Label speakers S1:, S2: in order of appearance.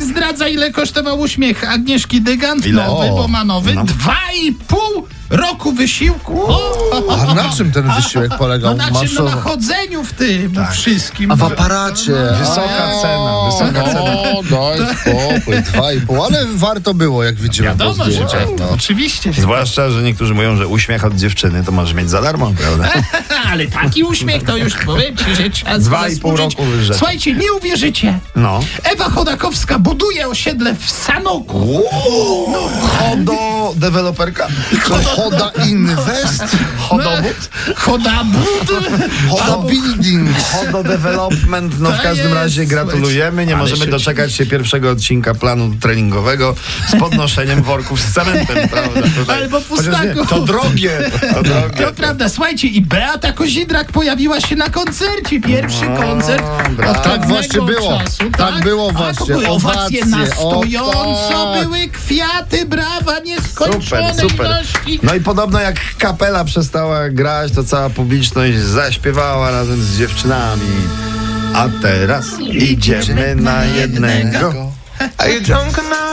S1: zdradza, ile kosztował uśmiech Agnieszki Dygant,
S2: Ile?
S1: nowy,
S2: O.
S1: bo ma nowy, dwa i pół roku wysiłku. O,
S2: A na czym ten wysiłek
S1: No
S2: polegał?
S1: na czym? No na chodzeniu w tym wszystkim. No,
S2: A w aparacie.
S3: Wysoka
S2: A,
S3: cena, wysoka
S2: no, daj spokój, dwa i pół, ale warto było, jak widzimy po
S1: Wiadomo, że
S2: zdjęciach.
S1: tak,
S2: No.
S1: oczywiście. że
S3: Zwłaszcza, że niektórzy mówią, że uśmiech od dziewczyny to możesz mieć za darmo, prawda?
S1: Ale taki uśmiech to już powiem ci, że trzeba
S3: Dwa i pół
S1: zasłużyć.
S3: roku wyżej.
S1: Słuchajcie, nie uwierzycie.
S3: No.
S1: Ewa Chodakowska buduje osiedle w Sanoku.
S3: Chodo deweloperka.
S2: Choda Invest,
S1: No.
S3: Hodobud?
S1: Chodabud.
S2: Choda Building.
S3: Chodo development. No w
S1: To
S3: każdym
S1: jest,
S3: razie gratulujemy. Nie
S1: Ale
S3: możemy
S1: się
S3: doczekać się pierwszego odcinka planu treningowego z podnoszeniem worków z cementem, prawda? Tutaj.
S1: Albo
S3: Chociaż nie,
S1: pustaków.
S3: To drogie. To drogie.
S1: To prawda, słuchajcie, i Beata Kozidrak pojawiła się na koncercie. Pierwszy koncert
S3: brawo.
S1: od
S3: Tak
S1: pewnego
S2: właśnie było.
S1: Czasu,
S2: Tak było właśnie.
S1: A, to były owacje
S2: Owacje,
S1: na
S2: o
S1: stojąco,
S2: tak.
S1: były kwiaty, brawa, nieskończone
S3: Super, super.
S1: ilości.
S3: No i podobno jak kapela przestała grać, to cała publiczność zaśpiewała razem z dziewczynami. A teraz idziemy na jednego.
S4: Are you drunk or not?